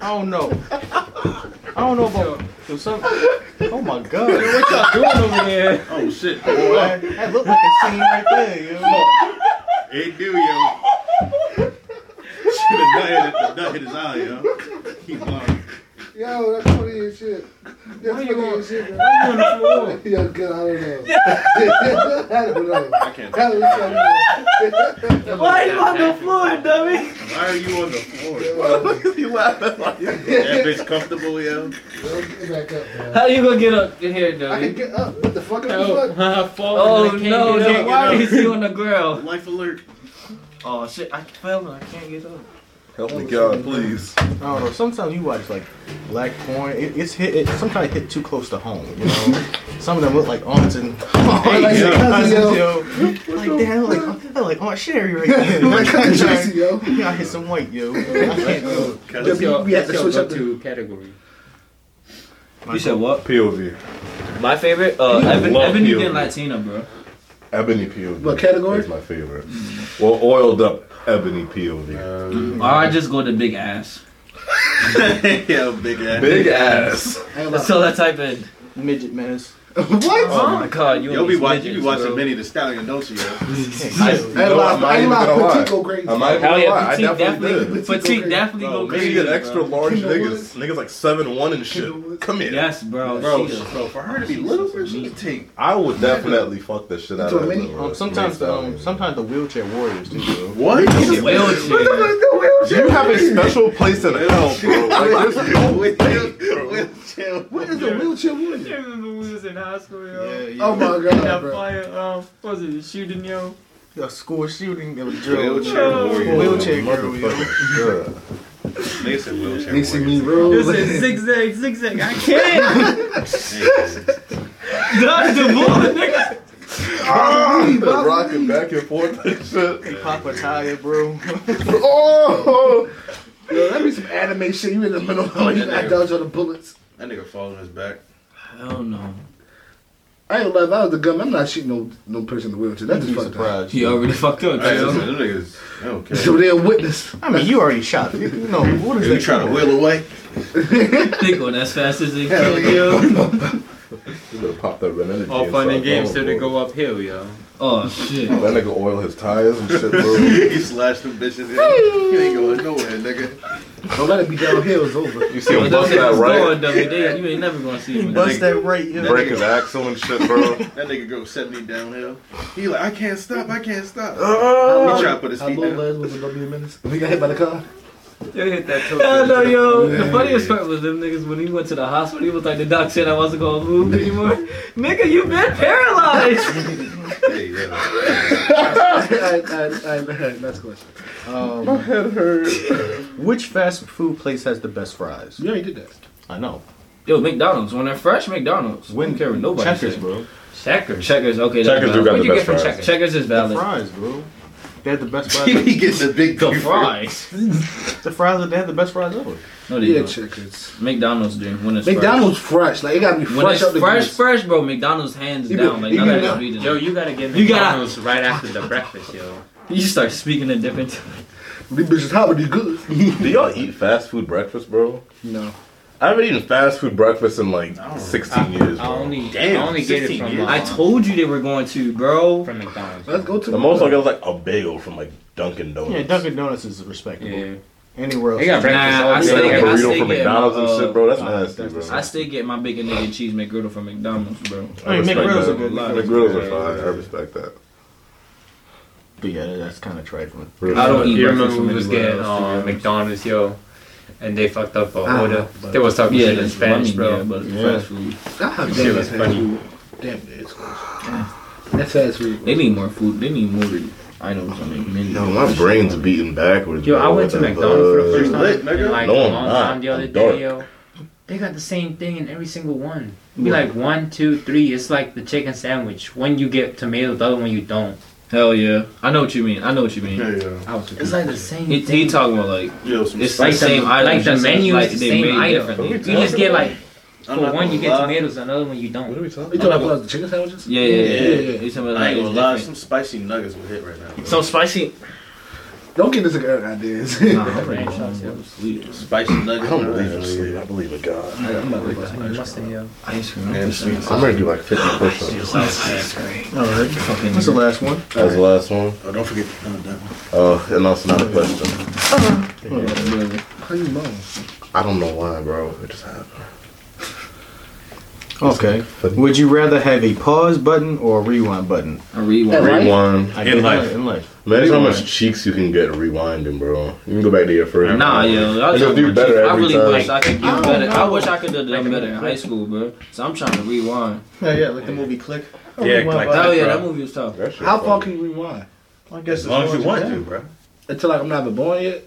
I don't know. I don't know about yo, some. Oh my god. What y'all doing over there? Oh shit. Boy, that that looked like a scene right there, yo. It do, yo. Shit, the nut hit, the nut hit his eye, yo. He blind. Yo, that's funny as shit. That's funny as shit, bro. Yo, good, I don't know. I don't know. I can't. That was so Why you on the floor, dummy? Why are you on the floor? you laughing like That bitch comfortable, yo. good. Get back up, man. How you gonna get up in here, I can dummy? get up. What the fuck? What the fuck? Oh, Oh no, no, why Why is he on the ground? Life alert. Oh shit, I fell and I can't get up. Help Oh, me, God, please. I don't know. Sometimes you watch like black porn. It, it's hit. It sometimes hit too close to home. You know, some of them look like aunts and Or like your cousin, yo. cousins, yo. Like damn, like I like Aunt Sherry right there. Like Cousin Tracy, yo. Yeah, I hit some white, yo. I can't do What's your, We have what's to your switch up go-to category? You said what? POV. My favorite, uh, Yeah, Evan, love Evan you. and Latina, bro. Ebony POV. What category? That's my favorite. Well, oiled up ebony POV. Uh, Or I just go to big ass. yo, big ass. Big ass. Hang on. That's all I type in. midget menace. What? Oh my god, you Yo, and be these watching. You midgets, be watching bro. Minnie the Stallion, don't you, yo? I ain't lying. I ain't I'm lying. Petite not even gonna lie. go crazy. I'm not even Hell gonna yeah, lie. I petite definitely definitely, did. petite Petite definitely Bro, go Minnie crazy. get extra bro. large Kendall niggas. Woods? Niggas like seven one and shit. Kendall Woods? Come here. Yes, bro. Bro, she is- so for her to be little, bro, she can take. I would definitely fuck the shit out You of doing that Minnie? little Um, bitch. sometimes the um, sometimes the wheelchair warriors too. Yo. What? Wheelchair. You have a special place in hell, bro. Like, there's no way. What is a wheelchair I warrior? remember we was in high school, Yeah, yo. yeah. Oh my god, That bro. fire, um, what was it, shooting, yo? A school shooting. Yo, drill. Wheelchair warrior. Wheelchair girl. Yo. Motherfucker. Yeah. They said wheelchair They see me warrior. roll. It said zigzag, zigzag. I can't. Dodge the bullet, nigga. The rocking back and forth and shit. Pop a tire, bro. Oh! Yo, that be some anime shit. You in the middle of you got dodge all the bullets. That nigga falling his back. I don't know. I ain't love. I was the gun. I'm not shooting no no person in the wheelchair. That's You'd be just fucked up. surprised. He already fucked up, Hey, yo. listen, them niggas. I don't care. So they're a witness. I mean, you already shot. You know what is If you that? try to wheel away, They going as fast as they can, yo. You better pop that banana All jeans fun up, and games bro. till they go uphill, yo. Oh shit. That nigga oil his tires and shit, bro. he slashed them bitches. In. You ain't going nowhere, nigga. Don't let it be downhill. It's over. You see Well, him those bust that niggas right, going, dummy. They, you ain't never gonna see him. Bust that right, yo. break his axle and shit, bro. That nigga go seventy downhill. He like, I can't stop. I can't stop. he try How to put his feet low down. last was it? W minutes. We got hit by the car. They hit that toe. Hell no, yo. The funniest part was them niggas when he went to the hospital. He was like, the doc said I wasn't gonna move anymore. Nigga, you been paralyzed. Hey, yeah. I, I, I, next question. Um, My head hurt. Which fast food place has the best fries? You already did that. I know. yo, McDonald's. When they're fresh, McDonald's. Wouldn't care what nobody Checkers, said. bro. Checkers. Checkers. Okay. that's Checkers do valid. got What'd the you best get from fries. Checkers? Checkers is The valid. fries, bro. They had the best fries. ever. he gets a big The fries. the fries, they had the best fries ever. No, they Yeah, don't. checkers. McDonald's do when it's McDonald's fresh. Like it gotta be fresh. When fresh up it's the fresh, grease. fresh, bro. McDonald's hands You be- down. Like you none of be- that's beating Yo, it. you gotta get You gotta- McDonald's right after the breakfast, yo. You start speaking a different. These bitches hot, but they good. Do y'all eat fast food breakfast, bro? no. I haven't eaten fast food breakfast in like 16 years, I bro. only, Damn, I only get it 16 from, years. uh, I told you they were going to, bro. from McDonald's. Let's go to the most I got was like a bagel from like Dunkin' Donuts. Yeah, Dunkin' Donuts is respectable. Yeah, Anywhere else, they got breakfast Nah, all I You got still, like a I burrito still from get McDonald's my, and uh, shit, bro. That's uh, nasty, bro. I still get my bacon nigga cheese McGriddle from McDonald's, bro. I mean, respect McGriddles that. are good. McGriddles are fine. I respect that. but yeah, that's kind of trifling. I don't eat You remember breakfast from we was anywhere getting else, to uh, be honest. McDonald's, yo, and they fucked up a Ah, order. but- They was talking Yeah, shit in that's Spanish, Spanish, bro. Yeah, but it's Yeah. fast food. I have Shit damn was fast funny. food. Damn, it's good. That's fast food. They need more food. They need more items on their menu. Yo, my brain's beating backwards. Yo, bro. I went to What McDonald's for the fuck? first time lit, nigga? in like No, a I'm long not. time the other I'm dark. day, yo. They got the same thing in every single one. Be like one, two, three. It's like the chicken sandwich. One you get tomato, the other one you don't. Hell yeah. I know what you mean. I know what you mean. yeah. I was it's like the same He, thing. he talking about like Yo, some it's like the same the, item. like the just menu like is the same they made item. differently. You just get like I'm not for one gonna you get lie. tomatoes, another one you don't. What are we talking You talking about the chicken sandwiches? Yeah, yeah, yeah. Yeah. yeah. He's talking about I like ain't gonna it's lie, different. some spicy nuggets will hit right now. bro. Some spicy. Don't get this girl ideas. Nah, I'm Ranch ready. shots, yo. Spicy nuggets. I don't bro, believe that's in really sleep. good. I believe in God. I'm not really about to- Must have, yo. Ice cream. And Ice cream. sweet. I'm gonna do like 50 push-ups. All right, Fucking- that's the last one. That was the last one. Oh, don't forget the uh, that one. Oh, and that's not a question. How you know? I don't know why, bro. It just happened. Okay. Would you rather have a pause button or a rewind button? A rewind. Right? Rewind. I In guess life. In life. Imagine how much Rewind. cheeks you can get rewinding, bro. You can go back to your first. Nah, one. yo, I, And you'll do better I every really time. wish I could do I don't better. I know. wish I could have done better in high school, bro. So I'm trying to rewind. Yeah, yeah, like the movie Click. Yeah, like Hell yeah, bro. that movie was tough. That shit How far funny. can you rewind? I guess As long as you want to, bro. Until like I'm not even born yet.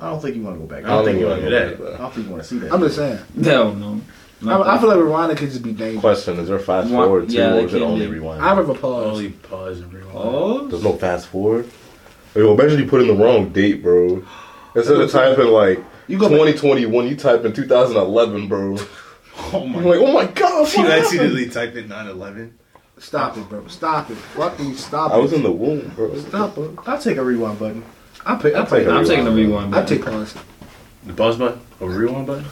I don't think you want to go back. I don't think you want to do that. I bro. don't think you want to see that. I'm just saying. Hell no. I, Not I that. feel like rewinding could just be dangerous. Question: Is there fast Wa- forward too, yeah, or it is it can only be. rewind? I remember pause. Only pause and rewind. Oh, There's no fast forward. Yo, imagine you put in the wrong date, bro. Instead of typing like You go back. 2021, you type in 2011, bro. Oh I'm my like, oh my god, what You happened? accidentally typed in 911. Stop it, bro. Stop it. Fucking stop it. I was in the womb, bro. Stop it. I'll take a rewind button. I pay. I I'll pay. take a I'm taking the rewind. I button. take pause. The pause button? A rewind button?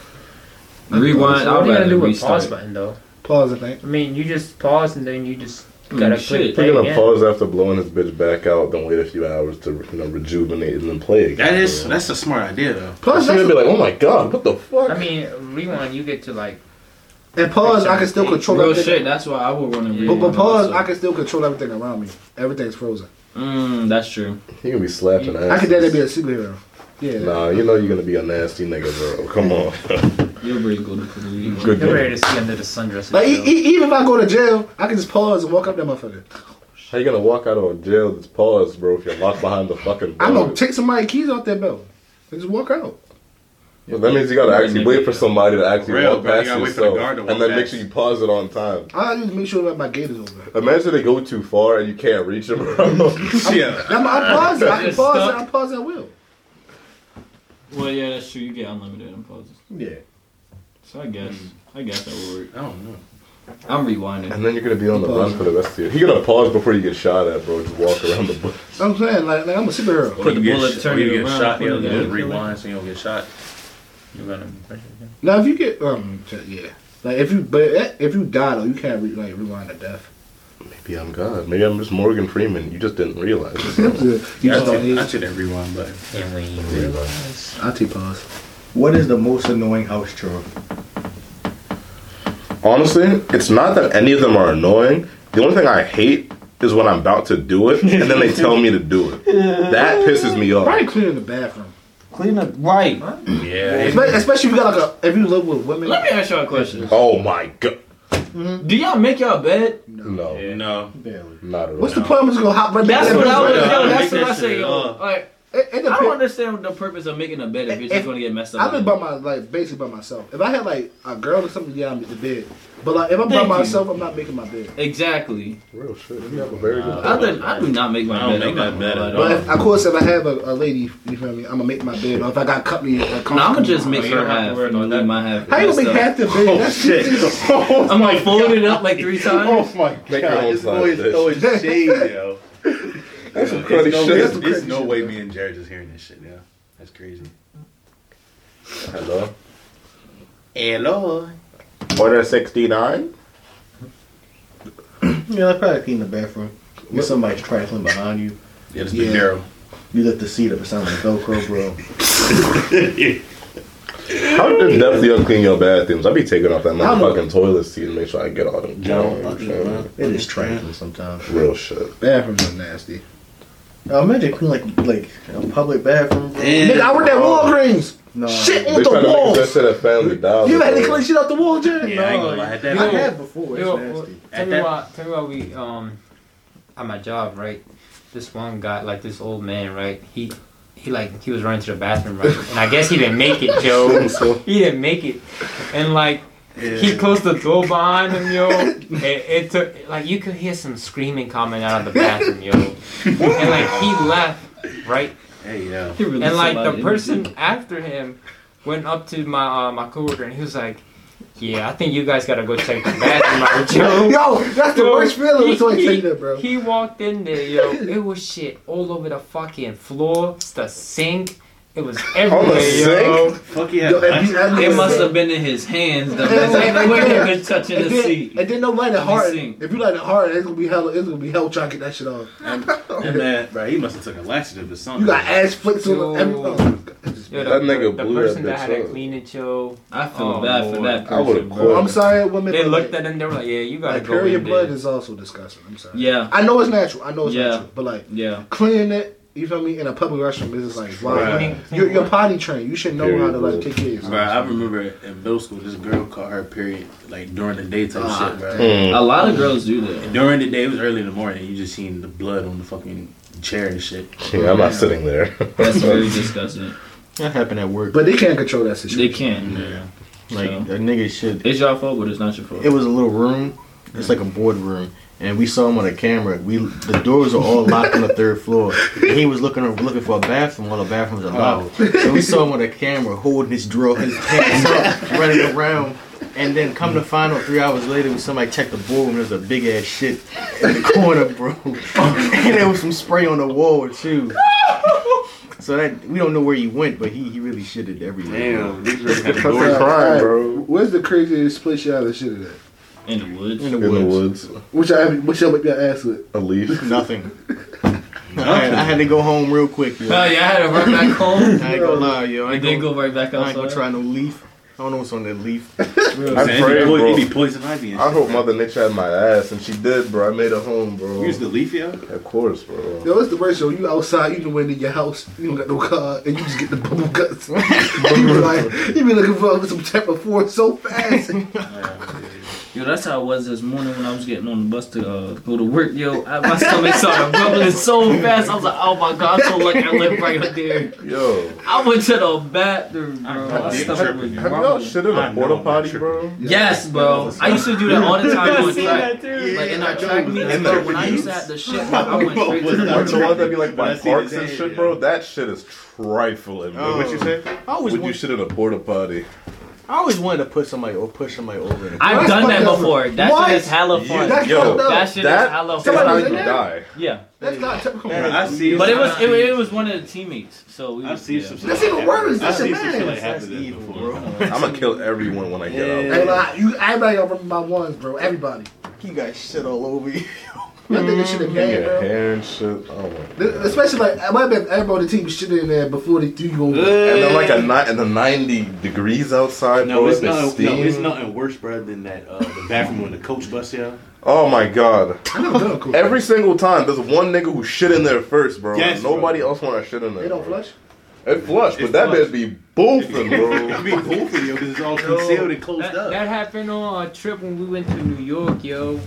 rewind. What I'm are you gonna gonna do do with pause restart. button though? Pause. I think. I mean, you just pause and then you just Mm, gotta shit. click We're play gonna again. pause after blowing this bitch back out, then wait a few hours to you know, rejuvenate and then play again. That is, bro. that's a smart idea though. Plus, She's gonna that's be like, oh my god, what the fuck? I mean, rewind. You get to like and pause. I can still control Real everything. shit. That's why I would run and But- But, rewind but pause. also. I can still control everything around me. Everything's frozen. Mm, that's true. you gonna be slapping ass. I could definitely be a superhero. Yeah. Nah, you know you're gonna be a nasty nigga, bro. Come on. You're pretty good for the rewind. Good you're game. ready to see under the sundress. Like e- yo. e- even if I go to jail, I can just pause and walk up that motherfucker. How you gonna walk out of jail that's paused, bro, if you're locked behind the fucking I'm door? gonna take somebody's keys off that belt and just walk out. Well, that means you gotta actually wait for somebody to actually Real, walk bro. You past gotta wait for the yourself, guard to walk and then make past. sure you pause it on time. I just make sure that my gate is open. Imagine they go too far and you can't reach them, bro. yeah. I'm, I'm pausing. I can Just pause. stuck. and I'm pausing. I will. Well, yeah, that's true. You get unlimited in pauses. Yeah. So I guess, Mm. I guess that would work. I don't know. I'm rewinding. and then you're gonna be on the run for the rest of your. You're gonna pause before you get shot at, bro. Just walk around the bush. I'm saying like, like I'm a superhero. Put You the get bullet, sh- turn you it get around, shot, put you it know, in. just rewind so you don't get shot. You're gonna press it Now if you get um yeah. Like if you but eh, if you die though you can't re- like rewind to death. Maybe I'm God. Maybe I'm just Morgan Freeman. You just didn't realize. you It. just Yeah, I don't took- need. I took that rewind button. again. I take pause. What is the most annoying house chore? Honestly, it's not that any of them are annoying. The only thing I hate is when I'm about to do it and then they tell me to do it. That pisses me off. Probably cleaning the bathroom. Clean up. Right. Yeah. Espe- Especially if you got like a if you live with women. Let me ask y'all a question. Oh my god. Mm-hmm. Do y'all make y'all bed? No, No. Barely. not at all. What's the point? I'm just gonna hop right That's back what I in was. the Yeah, Yo, make that's what that I say. shit, Yo, uh, like It, it I don't depends. understand the purpose of making a bed if you're If- just gonna get messed up. I live in by it. my like basically by myself. If I had like a girl or something, yeah, I'm in the bed. But like if I'm Thank you. by myself, I'm not making my bed. Exactly. Real shit. You have a very good. Ah, I, do, I do not make my I don't bed. make up that at bed all. at But if, of course, if I have a, a lady, you feel me, I'm gonna make my bed. Or if I got company, uh, No, I'm gonna just make You don't her have to half. worry and about leave that. my half. How you gonna messed make up. half the bed? Oh That's shit! Oh, I'm like folding it up like three Oh. times. my Make your god! own This boy is so throwing shade, yo. That's some There's cruddy no, shit. there's, That's some there's cruddy no shit, way bro. me and Jared is hearing this shit, yeah. That's crazy. Hello. Hello. Order sixty nine. Yeah, I probably clean the bathroom. If somebody's trifling behind you, Yeah, it's Yeah. been narrow. you lift the seat up. It sounds like Velcro, bro. How does definitely you clean your bathrooms? I be taking off that don't know. motherfucking toilet seat and make sure I get all them junk. you know what I mean? It is trifling sometimes. Real shit. Bathrooms are nasty. Now imagine clean like like a public bathroom. bro. Nigga, I worked at Walgreens. Nah. Shit They on try the to make that walls. shit a family dollar. You ever had to bro. clean shit off the wall, Jerry? Yeah, I ain't gonna lie. At that I Yo. point, had before. It's Yo, nasty. Tell At me that- why. Tell me why we um at my job right. This one guy, like this old man, right? He he like he was running to the bathroom, right? And I guess he didn't make it, Joe. he didn't make it, and like. He closed the door behind him, yo. It, it took like you could hear some screaming coming out of the bathroom, yo. And like he left, right? hey, yo. He really and like somebody the didn't person do after him went up to my uh, my coworker and he was like, "Yeah, I think you guys gotta go check the bathroom out, Joe." Yo, that's the Yo, worst feeling. he- It's like he- taking that, bro. He walked in there, yo. It was shit all over the fucking floor, the sink. It was everywhere, yo. Fuck yeah. Yo, if you- It must have been in his hands. The Yeah, like, like way that. they've been touching And the then, seat. and then don't light it hard. sing. If you light it hard, it's gonna be hell. It's gonna be hell trying to get that shit off. And that, bro, he must have took a laxative or something. You got ass flicks Yo. on everything. Yo, That the- nigga the blew person that that bitch had to up. clean it, yo. I feel Oh, bad for Lord. that I person. would've bro. quit. I'm sorry, women. They but, looked like, at him. They were like, "Yeah, you gotta like go in period blood there." is also disgusting. I'm sorry. "Oh, Yeah, I know it's natural. I know it's Yeah. natural. But like yeah. cleaning it, you feel me, in a public restroom is just like wow. Right. You're, you're potty trained. You should know how to like Period. take care of yourself. Bro, I remember in middle school, this girl caught her period like during the day type Ah, shit, bro. Mm. A lot of girls do that. During the day, it was early in the morning. You just seen the blood on the fucking chair and shit. Yeah, I'm not sitting there. That's very disgusting. That happened at work. But they can't control that They situation. can't. Like So. a nigga should It's your fault, but it's not your fault. it was a little room. It's like a board room, and we saw him on a camera. We the doors are all locked on the third floor, and he was looking looking for a bathroom. All the bathrooms are locked, so we saw him on a camera holding his drawer, his pants up, running around. And then come to find out three hours later when somebody checked the board and there was a big ass shit in the corner, bro. and there was some spray on the wall too. So that we don't know where he went, but he, he really shitted everywhere. bro. these girls had Fucking doors- crime, Alright, bro. Where's the craziest place y'all ever shit at? In the woods. In the In the woods. woods, What y'all ever- what y'all whip your ass with? a leaf. Nothing. I, had, I had to go home real quick. Yo. Oh I yeah, I had to run back home. ain't gonna lie, yo. I And ain't then gonna, go right back I ain't gonna outside. try no leaf. I don't know what's on that leaf. I'm Man, it'd be afraid, po- bro. it'd be poison ivy and I shit. hope Mother Nature had my ass, and she did, bro. I made it home, bro. You used the leaf, yo? Of course, bro. Yo, what's the worst yo? You outside, you the wind in your house, you don't got no car, and you just get the bubble guts. you be like, you be looking for some type of force so fast. Yo, that's how it was this morning when I was getting on the bus to uh, go to work. Yo, I, my stomach started rumbling so fast. I was like, oh my god, so lucky I live right up there. Yo, I went to the bathroom, bro. know, My dick stomach tripping. was have y'all rumbling. shit in I a know porta I'm potty, tripping. bro? Yes, bro. I used to do that all the time on track. too. Like in our Yeah, track I know. meet, And bro, the when I used to reviews. have the shit, bro, I went straight to Like the the bathroom. ones that be like When I by see the parks and day, shit, yeah. bro. That shit is trifling, bro. Oh. What you say? I always, Would you want- shit in a porta potty? I always wanted to put somebody or push somebody over. The I've done that fucked up. before. That What? shit is hella fun. That's Yo, fucked up. That shit is That- hella That's Somebody how fun. was you in there? die. Yeah. That's not typical. Man, I see. But it was it, it was one of the teammates, so we. I've seen yeah. some shit. That's like even that. worse. I've That's seen your some shit man. like That's happened to this evil, before. bro. I'm gonna kill everyone when I get out. Hey, like, you, everybody gonna remember my ones, bro. Everybody. You got shit all over you. That nigga should have Your been, bro. hair and shit. Oh my Th- God. Especially like, I might have been everybody on the team was shitting in there before they threw you over. And then like a ni- and the 90 degrees outside, No, bro. it's it nothing. steam. No, it's nothing worse, bro, than that. Uh, the bathroom when the coach bus, yo. Oh my god. I never done a cool. Every single time, there's one nigga who shit in there first, bro. Yes, bro. Nobody else want to shit in there. they don't bro. flush. It flush, but It that flush. bitch be boofing, I bro. mean, cool for you because it's all concealed and closed That, up. that happened on a trip when we went to New York, yo.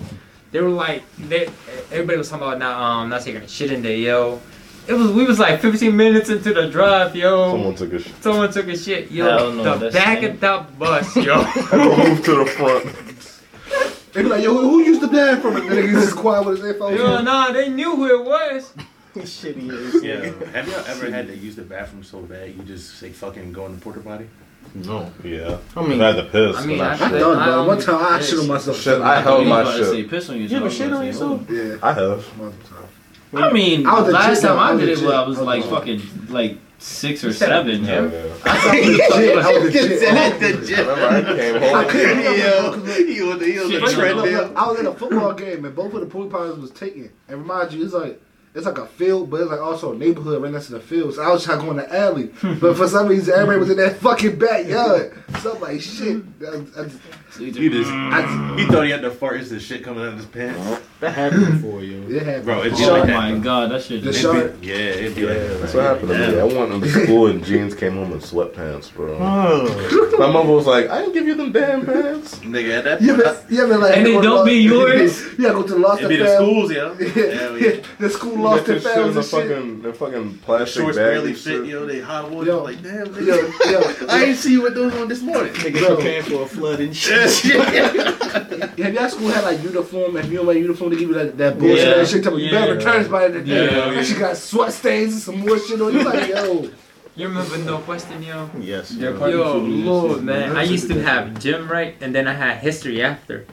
They were like, they, everybody was talking about not um not taking a shit in there, yo. It was we was like 15 minutes into the drive, yo. Someone Someone, took a sh- took a shit, yo. Hell no, the that's back lame. of that bus, yo. move to the front. They be like, yo, who, who used the dad from it? That nigga just quiet with his headphones. yo, on. nah, they knew who it was. Shitty is. Yeah. Have y'all ever had to use the bathroom so bad you just say fucking go in the porta potty? No. Yeah. I I mean, had to piss. I mean, but I, I I shit. shit. done, bro. I One time I don't- shit on myself. Shit, I You held was my about to say shit. piss on yourself. you ever I was shit about on to say, yourself? Yeah. I have. multiple times. oh. I mean, I was a last chick, though. time I I was did a it, well, I chick. was I was like a- fucking like six or seven. yo. Yeah. I I remember I came I home. couldn't help it, 'cause look, He was, he was Shit, First of all, Trend look, look, I was in a football game and both of the pool parties was taken. And remind you, it's like it's like a field, but it's like also a neighborhood right next to the field. So I was trying to go in the alley, but for some reason everybody was in that fucking backyard. So I'm like, shit. I, I, just- So you He just- just I just- he thought he had the fart. It's the shit coming out of his pants, That happened before, yo. it happened. bro. It's just Oh like that. my god, that shit. The is- shot- Shark. Yeah, it'd be like Yeah, that. that's what happened to me. I went to school and jeans came home in sweatpants, bro. Oh. My mother was like, I didn't give you them damn pants. Nigga, at that You point, ever, you ever like And it go to don't Lost- be yours? yeah, go to the lost it'd be and the found. schools, yo. Hell yeah, yeah. the school You lost left your and shit in found the and shit. fucking, the fucking plastic Shorts bag. barely and fit, yo. They hot water. Yo. like, damn, Yo, nigga. I yo, ain't see you with those on this morning. Niggas Bro. preparing for a flood and shit. yo, have y'all school had like uniform? If you don't wear uniform, they give you that, that bullshit Yeah. that shit. Tell me you Yeah. better return this by the day. Yeah, and she got sweat stains and some more shit on. You like, yo, You remember Northwestern, yo? yes. Their yo. part- Yo, Parkinson's Lord, disease. man. I used to have gym right, and then I had history after.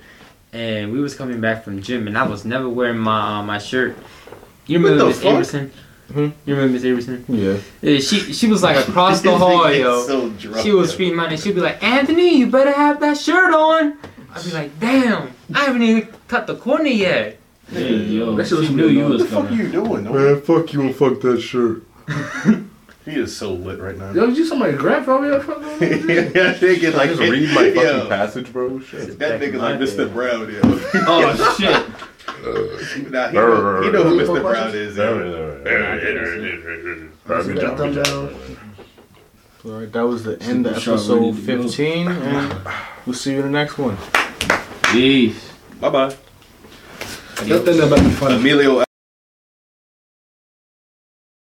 And we was coming back from gym, and I was never wearing my uh, my shirt. You What remember the Miss fuck? Averson? Hmm? You remember Miss Averson? Yeah. Yeah, she she was like across the hall, yo. So drunk, She would yo. scream out and she'd be like, Anthony, you better have that shirt on. I'd be like, damn, I haven't even cut the corner yet. Yeah, yo, That shit was she knew you weird, What was the fuck are coming. you doing? though? Man, fuck you and fuck that shirt. He is so lit right now. yo, you somebody grandfather? Yo, fuck, yeah, nigga, I like just read my fucking yo, passage, bro. Shit. That nigga like Mr. Brown, yo. Oh shit! Nah, he, know, he know who Mr. Brown is. Yo. Sit that thumb down. All right, that was the end of Super Shark, we episode need to go. 15, and we'll see you in the next one. Jeez. Bye bye. Nothing about the funny. Emilio